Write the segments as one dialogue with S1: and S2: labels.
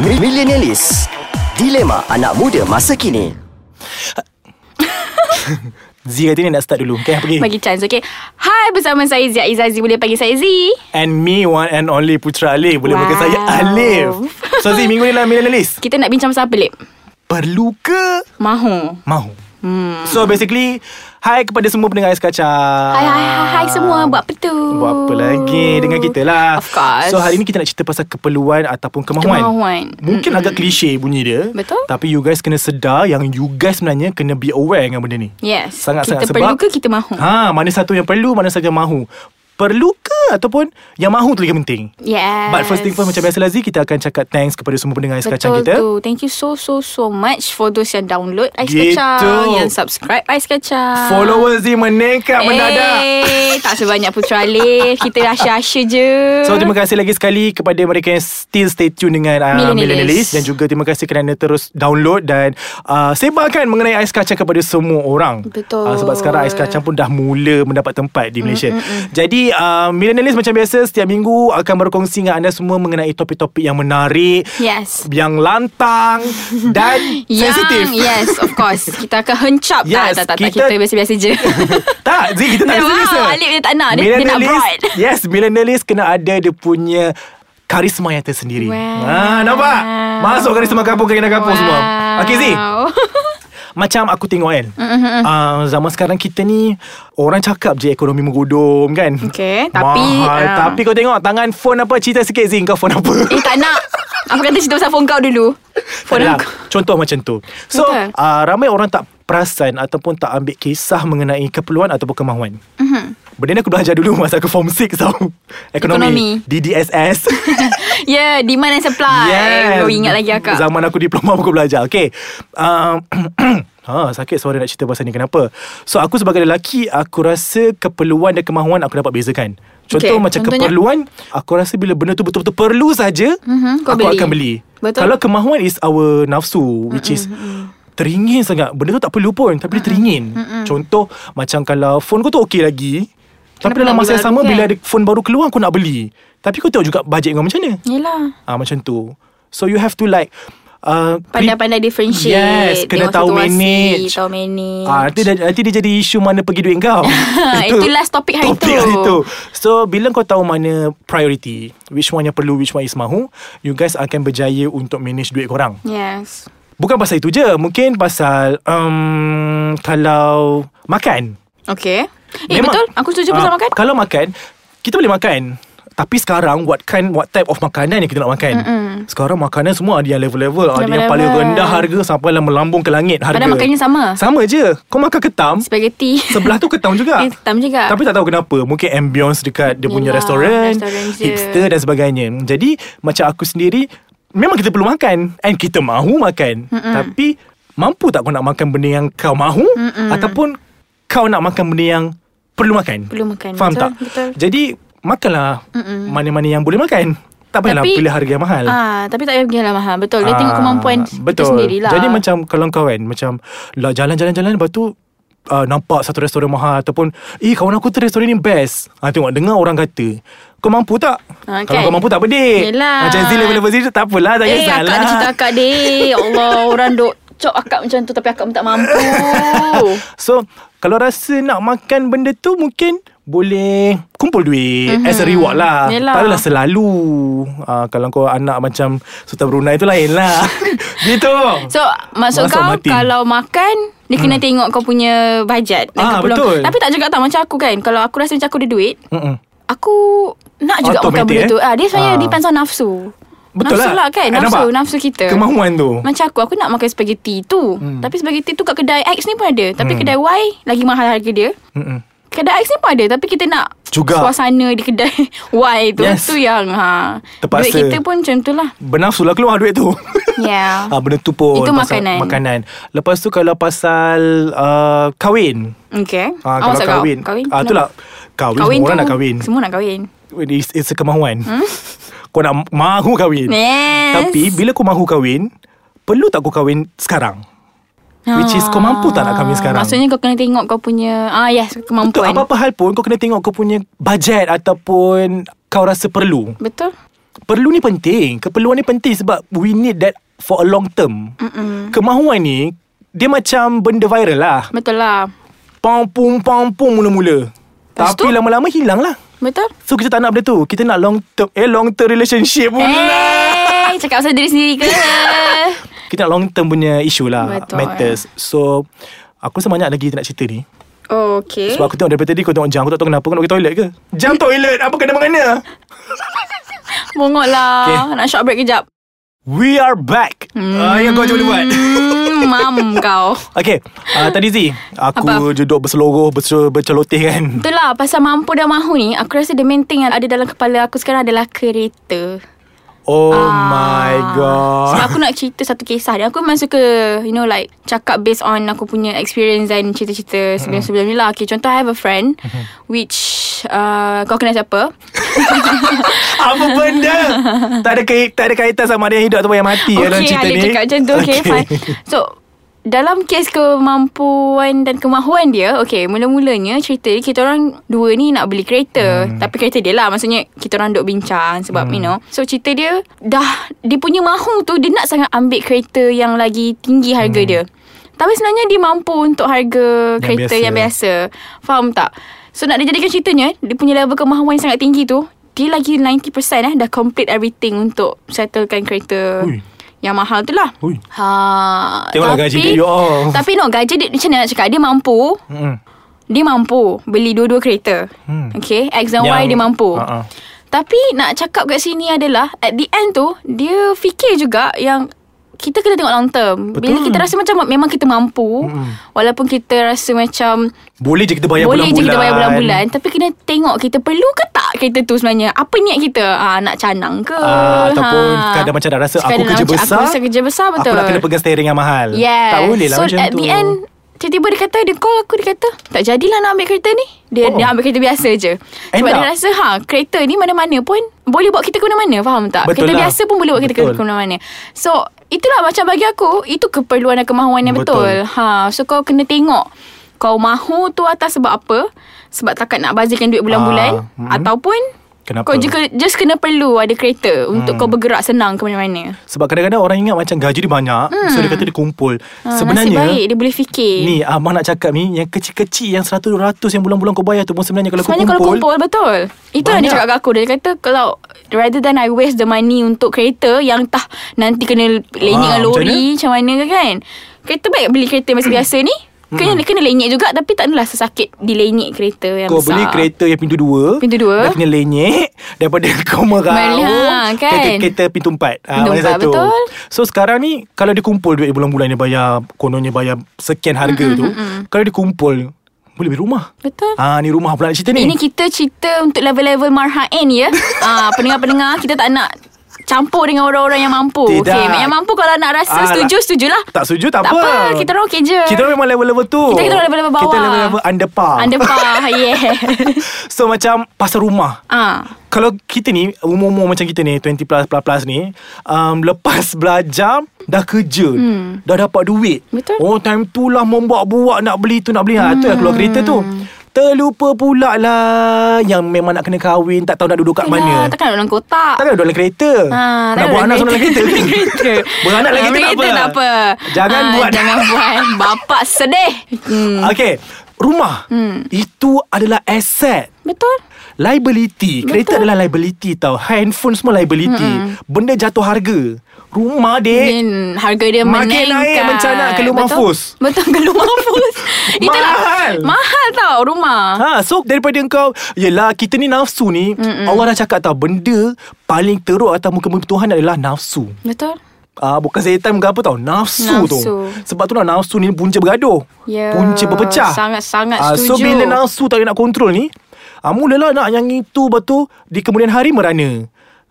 S1: Millenialis Dilema anak muda masa kini
S2: Zee kata ni nak start dulu Okay pergi
S3: Bagi chance okay Hai bersama saya Zia Izazi Boleh panggil saya Z
S2: And me one and only Putra Alif Boleh wow. panggil
S3: Wow.
S2: saya Alif So Zee minggu ni lah millennialist
S3: Kita nak bincang pasal apa Lip
S2: Perlu ke
S3: Mahu
S2: Mahu hmm. So basically Hai kepada semua pendengar Ais Kacang
S3: Hai hai hai, hai semua Buat apa tu
S2: Ah. Buat apa lagi Dengan kita lah
S3: Oh, Of course.
S2: So hari ni kita nak cerita pasal Keperluan ataupun kemahuan
S3: Kemahuan.
S2: Mungkin mm agak klise bunyi dia
S3: Betul.
S2: Tapi you guys kena sedar Yang you guys sebenarnya Kena be aware dengan benda ni
S3: Yes
S2: Sangat-sangat
S3: Kita
S2: sebab
S3: perlu ke kita mahu
S2: ha, Mana satu yang perlu Mana satu yang mahu Perlu ke Ataupun Yang mahu tu lagi penting
S3: Yes
S2: But first thing first Macam biasa Lazi Kita akan cakap thanks Kepada semua pendengar Ais Kacang
S3: Betul
S2: kita
S3: tu Thank you so so so much For those yang download Ais
S2: Gitu.
S3: Kacang Yang subscribe Ais Kacang
S2: Followers Zee meningkat mendadak
S3: Eh, tak sebanyak Putra Alif Kita rahsia-rahsia je
S2: So terima kasih lagi sekali kepada mereka yang still stay tune dengan uh,
S3: Millennialist.
S2: Millennialist dan juga terima kasih kerana terus download dan uh, sebarkan mengenai ais kacang kepada semua orang.
S3: Betul.
S2: Uh, sebab sekarang ais kacang pun dah mula mendapat tempat di Malaysia. Mm, mm, mm. Jadi uh, Millennialist macam biasa setiap minggu akan berkongsi dengan anda semua mengenai topik-topik yang menarik,
S3: Yes
S2: yang lantang dan
S3: Yang,
S2: sensitif.
S3: Yes of course Kita akan hencap
S2: Yes,
S3: yes, Tak tak tak Kita,
S2: kita-
S3: kita biasa-biasa je
S2: tak, Zee kita tak
S3: Wow,
S2: serius. lah.
S3: Alip dia tak nak. Dia- dia nak
S2: Millennialist-
S3: broad.
S2: Yes, millennialist kena ada dia punya karisma yang tersendiri.
S3: Wow.
S2: Ah, nampak? Masuk karisma kapur kena kapur
S3: Wow.
S2: semua. Okey Zee, macam aku tengok kan.
S3: Mm,
S2: Mm-hmm. Uh, zaman sekarang kita ni orang cakap je ekonomi menggodom kan.
S3: Okey, tapi,
S2: Mahal,
S3: ah.
S2: tapi kau tengok tangan phone apa cerita sikit Zee kau phone apa?
S3: Eh tak nak Apa kata cerita pasal phone kau dulu Phone
S2: Adalah,
S3: aku
S2: Contoh macam tu So
S3: Betul.
S2: uh, ramai orang tak perasan Ataupun tak ambil kisah Mengenai keperluan ataupun kemahuan mm-hmm. Benda ni aku belajar dulu Masa aku form 6 tau
S3: Mhm. Ekonomi.
S2: Ekonomi, DDSS
S3: Yeah demand and supply Kau Oh, ingat lagi akak
S2: Zaman aku diploma aku belajar Okay um, Ha, sakit suara nak cerita pasal ni Kenapa So aku sebagai lelaki Aku rasa keperluan dan kemahuan Aku dapat bezakan Contoh okay,
S3: Okey,
S2: macam
S3: contohnya?
S2: keperluan Aku rasa bila benda tu betul-betul perlu saja
S3: Mhm,
S2: Aku
S3: kau beli.
S2: akan beli
S3: Betul.
S2: Kalau kemahuan is our nafsu Which is Teringin sangat Benda tu tak perlu pun Tapi dia teringin Contoh Macam kalau phone kau tu okey lagi Tapi
S3: Kenapa
S2: dalam
S3: nak
S2: masa yang
S3: beli baru,
S2: sama
S3: kan?
S2: Bila ada phone baru keluar Kau nak beli Tapi kau tahu juga Bajet kau macam mana
S3: Yelah
S2: Ah macam tu. So you have to like uh,
S3: Pandai-pandai differentiate
S2: Yes, kena
S3: Tengok
S2: tahu
S3: situasi,
S2: manage.
S3: Tahu manage
S2: Ah, nanti, dah- nanti dia jadi isu mana pergi duit kau. Itu-
S3: Itu last topik hari
S2: topik
S3: tu.
S2: hari tu. So bila kau tahu mana priority, which one yang perlu, which one is mahu, you guys akan berjaya untuk manage duit korang.
S3: Yes
S2: Bukan pasal itu je, mungkin pasal um, kalau makan.
S3: Okay Eh betul Aku setuju pasal
S2: ah,
S3: makan
S2: Kalau makan, kita boleh makan. Tapi sekarang what kind what type of makanan yang kita nak makan? Mm-mm. Sekarang makanan semua ada yang level-level, ada yang paling
S3: Level-level.
S2: rendah harga sampai lah melambung ke langit harga.
S3: Padahal makannya sama.
S2: Sama je. Kau makan ketam,
S3: Spaghetti
S2: sebelah tu ketam juga.
S3: Eh, ketam juga.
S2: Tapi tak tahu kenapa. Mungkin ambience dekat dia punya
S3: Yelah,
S2: restoran,
S3: restoran je.
S2: hipster dan sebagainya. Jadi macam aku sendiri memang kita perlu makan and kita mahu makan. Mm-mm. Tapi mampu tak kau nak makan benda yang kau mahu Mm-mm. ataupun kau nak makan benda yang perlu makan.
S3: Perlu makan,
S2: Faham
S3: betul,
S2: tak?
S3: betul.
S2: Jadi makanlah Mm-mm. mana-mana yang boleh makan. Tak payahlah
S3: Tapi-
S2: lah, pilih harga yang mahal.
S3: Ah, tapi tak payah pergi lah mahal Betul Dia tengok
S2: Ah,
S3: kemampuan kita
S2: betul.
S3: sendirilah
S2: Jadi macam kalau kau kan macam lah jalan-jalan-jalan lepas tu uh, nampak satu restoran mahal ataupun eh kawan aku tu restoran ni best. Ha tengok dengar orang kata. Kau mampu tak?
S3: Ah,
S2: Kalau
S3: kan?
S2: kau mampu tak pedik.
S3: Yelah.
S2: Macam Zee level-level Zee tu, tak apalah tak
S3: Eh
S2: kisahlah.
S3: akak ada cerita akak deh Ya Allah Orang duk Cok akak macam tu Tapi akak pun tak mampu
S2: So kalau rasa nak makan benda tu mungkin boleh kumpul duit mm-hmm. as a reward lah.
S3: Mhm. Yelah.
S2: Tak adalah selalu. Uh, kalau kau anak macam Sultan Brunei tu lain lah. gitu.
S3: So maksud
S2: Masuk
S3: kau
S2: mati.
S3: Kalau makan Dia kena tengok kau punya Bajet dan
S2: Ah,
S3: keperluan.
S2: betul.
S3: Tapi tak juga tak Macam aku kan Kalau aku rasa macam aku ada duit
S2: Mm-mm.
S3: Aku Nak juga makan
S2: Automatic,
S3: benda
S2: eh?
S3: tu ah, Dia sebenarnya
S2: Ah.
S3: depends on nafsu
S2: Betul
S3: nafsu
S2: lah.
S3: lah kan
S2: Eh,
S3: Nafsu
S2: nampak?
S3: Nafsu kita
S2: Kemahuan tu.
S3: Macam aku Aku nak makan spaghetti tu hmm. Tapi spaghetti tu kat kedai X ni pun ada Tapi hmm. kedai Y Lagi mahal harga dia
S2: Mm-mm.
S3: Kedai X ni pun ada Tapi kita nak
S2: Juga.
S3: Suasana di kedai Y tu
S2: Yes.
S3: Tu yang ha.
S2: Terpaksa.
S3: Duit kita pun macam tu lah
S2: Bernafsu lah keluar duit tu
S3: Yeah
S2: Ah benda tu pun
S3: Itu
S2: pasal
S3: makanan.
S2: makanan. Lepas tu kalau pasal uh, kahwin.
S3: Okay
S2: Ah
S3: Awak
S2: kalau
S3: cakap
S2: kahwin.
S3: Oh, Kahwin
S2: Ah
S3: kenapa?
S2: itulah kahwin, kahwin semua orang nak kahwin.
S3: Semua nak kahwin
S2: It's, it's a kemahuan. Hmm? Kau nak mahu kahwin.
S3: Yes
S2: Tapi bila kau mahu kahwin, perlu tak kau kahwin sekarang? Which is kau mampu tak nak kahwin sekarang?
S3: Maksudnya kau kena tengok kau punya Ah yes
S2: Betul,
S3: Kemampuan
S2: apa-apa hal pun kau kena tengok kau punya bajet ataupun kau rasa perlu.
S3: Betul
S2: perlu ni penting. Keperluan ni penting sebab we need that for a long term. Mm-mm. Kemahuan ni dia macam benda viral lah.
S3: Betul lah
S2: Pom pom pom pom mula-mula.
S3: Lepas
S2: Tapi
S3: tu?
S2: lama-lama hilang lah.
S3: Betul
S2: So kita tak nak benda tu. Kita nak long term eh long term relationship pula.
S3: Eh Cakap pasal diri sendiri ke
S2: Kita nak long term punya issue lah
S3: Betul.
S2: Matters So Aku rasa banyak lagi kita nak cerita ni
S3: Oh okay
S2: Sebab aku tengok daripada tadi Kau tengok jam Aku tak tahu kenapa Kau nak pergi toilet ke Jam toilet Apa kena mengena
S3: Bongok lah
S2: Okay.
S3: Nak short break kejap
S2: We are back hmm. uh, Yang kau cuba buat
S3: Hmm, Mam kau
S2: Okay uh, Tadi Z Aku
S3: Apa?
S2: duduk berseluruh bercel- Berceloteh kan
S3: Itulah lah, pasal mampu dan mahu ni Aku rasa the main thing yang ada dalam kepala aku sekarang adalah kereta
S2: Oh
S3: Ah.
S2: my
S3: Sebab
S2: god
S3: aku nak cerita satu kisah dan aku memang suka you know like cakap based on aku punya experience dan cerita-cerita sebelum-sebelum ni lah. Okay, contoh I have a friend
S2: Mm-hmm.
S3: which uh, kau kenal siapa?
S2: Apa benda tak, ada kait, tak ada kaitan sama ada yang hidup Atau yang mati ya dalam
S3: okay,
S2: cerita
S3: Alif
S2: ni
S3: cakap macam tu. Okay, okay, fine. So, dalam kes kemampuan dan kemahuan dia, okay, mula-mulanya cerita dia, kita orang dua ni nak beli kereta. Hmm. Tapi kereta dia lah, maksudnya kita orang duk bincang sebab, hmm. you know. So, cerita dia, dah, dia punya mahu tu, dia nak sangat ambil kereta yang lagi tinggi harga hmm. dia. Tapi sebenarnya dia mampu untuk harga
S2: Yang
S3: kereta
S2: biasa.
S3: yang biasa. Faham tak? So nak dijadikan ceritanya, dia punya level kemahuan yang sangat tinggi tu, dia lagi 90% eh dah complete everything untuk settlekan kereta
S2: Ui.
S3: yang mahal tu lah.
S2: Ui.
S3: Ha,
S2: Tengoklah gaji dia, ya Allah.
S3: Tapi no, gaji dia macam mana nak cakap? Dia mampu.
S2: Mm-mm.
S3: Dia mampu beli dua-dua kereta.
S2: Hmm.
S3: Okay, X dan Y
S2: Yang-
S3: dia mampu.
S2: Ha, ha.
S3: Tapi nak cakap kat sini adalah at the end tu dia fikir juga yang kita kena tengok long term. Bila
S2: Betul. Hmm.
S3: kita rasa macam memang kita mampu mm walaupun kita rasa macam
S2: Boleh je kita bayar
S3: boleh
S2: bulan-bulan
S3: je kita bayar bulan-bulan Tapi kena tengok Kita perlu ke tak Kereta tu sebenarnya Apa niat kita ha, Nak canang ke
S2: Ah, ataupun kadang macam dah rasa, aku
S3: Sekadar
S2: kerja
S3: Ha. macam
S2: besar,
S3: Aku rasa kerja besar betul
S2: Aku nak kena pegang steering yang mahal
S3: Yes
S2: Tak boleh lah
S3: So
S2: macam
S3: at
S2: tu
S3: the end Tiba-tiba dia kata Dia call aku Dia kata Tak jadilah nak ambil kereta ni Dia,
S2: Oh.
S3: dia ambil kereta biasa je Sebab
S2: Enak.
S3: dia rasa ha, Kereta ni mana-mana pun Boleh bawa kita ke mana-mana Faham tak
S2: Betul
S3: Kereta
S2: lah.
S3: biasa pun boleh bawa kita
S2: Betul.
S3: ke mana-mana So Itulah macam bagi aku Itu keperluan dan kemahuan yang
S2: Betul.
S3: betul, ha, So kau kena tengok Kau mahu tu atas sebab apa Sebab takkan nak bazirkan duit bulan-bulan
S2: Ah, mm.
S3: Ataupun
S2: Kenapa? Hmm.
S3: Kau juga just kena perlu ada kereta Untuk kau bergerak senang ke mana-mana
S2: Sebab kadang-kadang orang ingat macam gaji dia banyak hmm. So dia kata dia kumpul
S3: ha, Nasib baik
S2: Sebenarnya
S3: dia boleh fikir
S2: Ni Abang nak cakap ni Yang kecil-kecil Yang 100-200 yang bulan-bulan kau bayar tu pun Sebenarnya kalau
S3: Sebenarnya
S2: kau
S3: kalau
S2: kumpul
S3: kumpul Betul Itu yang dia
S2: Banyak.
S3: cakap kat aku Dia kata kalau Rather than I waste the money Untuk kereta Yang tah Nanti kena Lenyek
S2: Ah, macam
S3: dengan
S2: Hmm.
S3: lori Macam mana ke kan Kereta baik beli kereta Macam biasa ni Kena, kena lenyek juga Tapi tak adalah sesakit Dilenyek kereta yang
S2: Kau
S3: besar
S2: beli kereta yang pintu dua
S3: Pintu dua.
S2: Dah kena lenyek Daripada kau meraung
S3: Melihat, kan?
S2: Kereta-kereta pintu empat Ah,
S3: Pintu
S2: mana
S3: empat,
S2: satu.
S3: betul.
S2: So sekarang ni Kalau dia kumpul duit bulan-bulan Dia bayar Kononnya bayar Sekian harga tu Kalau dia kumpul Boleh beli rumah
S3: Betul
S2: Ah ni rumah pula nak cerita ni
S3: Ini kita cerita Untuk level-level marhaen ya ah, Pendengar-pendengar Kita tak nak Campur dengan orang-orang yang mampu
S2: Tidak.
S3: Okey, Yang mampu kalau nak rasa
S2: Ah, lah.
S3: Setuju, setujulah
S2: Tak setuju tak,
S3: Tak apa, kita orang okey je.
S2: Kita orang memang level-level tu
S3: Kita- kita orang level-level bawah.
S2: Kita level-level under par
S3: Under
S2: Ah.
S3: par Yeah
S2: So macam pasal rumah
S3: ah.
S2: kalau kita ni Umur-umur macam kita ni 20 plus plus plus ni um, Lepas belajar Dah kerja hmm. Dah dapat duit
S3: Betul.
S2: Oh time tu lah Membuat-buat Nak beli tu nak beli ha, Tu lah keluar kereta tu
S3: Hmm.
S2: Terlupa pula lah Yang memang nak kena kahwin Tak tahu nak duduk kat
S3: Yalah,
S2: mana
S3: Takkan dalam kotak
S2: Takkan duduk dalam kereta
S3: Ah,
S2: Nak
S3: Ya,
S2: buat
S3: tak ada
S2: anak semua dalam kereta
S3: Dalam kereta.
S2: Beranak dalam
S3: Ah,
S2: kereta tak apa
S3: tak apa.
S2: Jangan
S3: Ah,
S2: buat
S3: Jangan buat. Bapak sedih. Hmm.
S2: Okay Rumah Itu adalah aset
S3: Betul.
S2: Liability Kereta
S3: Betul.
S2: adalah liability tau Handphone semua liability Mm-mm. Benda jatuh harga Rumah dek
S3: Dan harga dia
S2: Eh. Makin
S3: menaikkan.
S2: naik mencanak keluar
S3: Betul?
S2: mahfuz.
S3: Betul keluar mahfuz. Itulah.
S2: Mahal.
S3: Mahal tau rumah.
S2: Ha, so daripada kau Yelah kita ni nafsu ni Mm-mm. Allah dah cakap tau Benda Paling teruk atas muka bumi Tuhan adalah nafsu
S3: Betul.
S2: Ah, bukan setan bukan apa tau Nafsu, tu
S3: Nafsu.
S2: Sebab tu lah nafsu ni punca bergaduh
S3: Ya,
S2: Punca berpecah
S3: sangat-sangat
S2: Ah, So
S3: setuju.
S2: bila nafsu tak boleh nak kontrol ni ah, Mulalah nak yang itu Lepas tu Di kemudian hari merana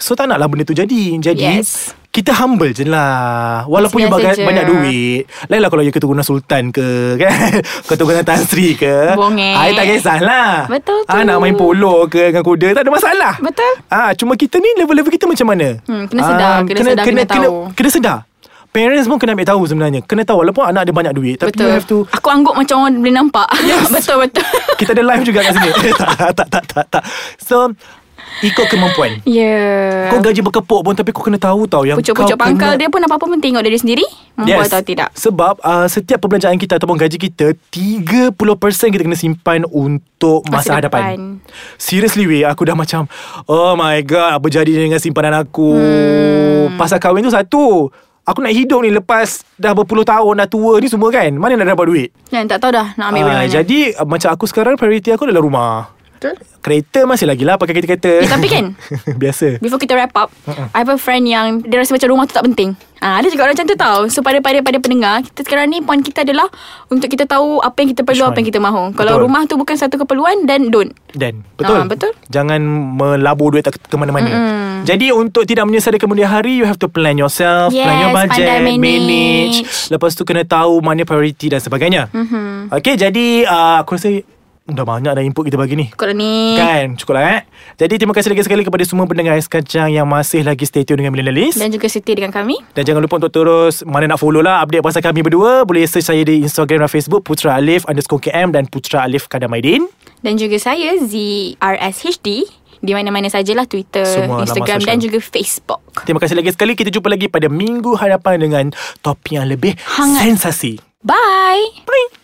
S2: So tak naklah benda tu jadi Jadi
S3: Yes.
S2: Kita humble je lah Walaupun you
S3: Biasa
S2: bagai,
S3: je.
S2: banyak duit Lain lah kalau you keturunan sultan ke kan? Keturunan Tan Sri ke
S3: Bongek.
S2: I tak kisahlah
S3: Betul tu.
S2: ah, Nak main polo ke dengan kuda Tak ada masalah
S3: Betul.
S2: ah, Cuma kita ni level-level kita macam mana Ah,
S3: Hmm, kena sedar, kena sedar, kena tahu.
S2: Kena sedar Parents pun kena ambil tahu sebenarnya Kena tahu Walaupun anak dia banyak duit Tapi
S3: Betul.
S2: you have to
S3: Aku angguk macam orang boleh nampak. Yes. betul betul.
S2: Kita ada live juga kat sini Eh, tak, tak, tak, tak, tak, tak So Ikut kemampuan
S3: Ya yeah.
S2: Kau gaji berkepuk pun Tapi kau kena tahu tau Yang
S3: Pucuk-pucuk
S2: kau
S3: pangkal
S2: kena...
S3: dia pun apa-apa pun tengok dari dia sendiri Mampu yes. atau tidak
S2: Sebab uh, setiap perbelanjaan kita Ataupun gaji kita 30% kita kena simpan Untuk masa,
S3: Masa
S2: hadapan Seriously weh Aku dah macam Oh my god Apa jadi dengan simpanan aku hmm. Pasal kahwin tu satu Aku nak hidup ni Lepas dah berpuluh tahun Dah tua ni semua kan Mana nak dapat duit
S3: Dan tak tahu dah nak ambil
S2: Ah,
S3: uh, mana
S2: Jadi uh, macam aku sekarang Priority aku adalah rumah
S3: Betul
S2: Kereta masih lagi lah Pakai kereta-kereta
S3: Eh, tapi kan,
S2: Biasa
S3: Before kita wrap up uh-uh. I have a friend yang Dia rasa macam rumah tu tak penting Ah, Ada juga orang macam tu tau So pada pada pada pendengar Kita sekarang ni Point kita adalah Untuk kita tahu Apa yang kita perlu
S2: Which
S3: Apa yang
S2: one?
S3: kita mahu Kalau
S2: Betul.
S3: rumah tu bukan satu keperluan Then don't
S2: Dan Betul
S3: Ah, betul.
S2: Jangan melabur duit tak ke mana-mana mm. Jadi untuk tidak menyesal di kemudian hari You have to plan yourself Plan
S3: Yes,
S2: your budget
S3: pandai manage.
S2: Lepas tu kena tahu Mana priority dan sebagainya mm-hmm. Okay jadi uh, Aku rasa Dah banyak dah input kita bagi ni
S3: Kalau ni
S2: Kan cukup lah eh Jadi terima kasih lagi sekali Kepada semua pendengar Ais Kacang Yang masih lagi stay tune dengan Millennial List
S3: Dan juga setia dengan kami
S2: Dan jangan lupa untuk terus Mana nak follow lah Update pasal kami berdua Boleh search saya di Instagram dan Facebook Putra Alif underscore KM Dan Putra Alif Kadamaidin
S3: Dan juga saya ZRSHD Di mana-mana sajalah Twitter
S2: Semua lah laman
S3: Instagram
S2: sosial.
S3: Dan juga Facebook
S2: Terima kasih lagi sekali Kita jumpa lagi pada minggu hadapan Dengan topik yang lebih
S3: Hangat.
S2: Sensasi
S3: Bye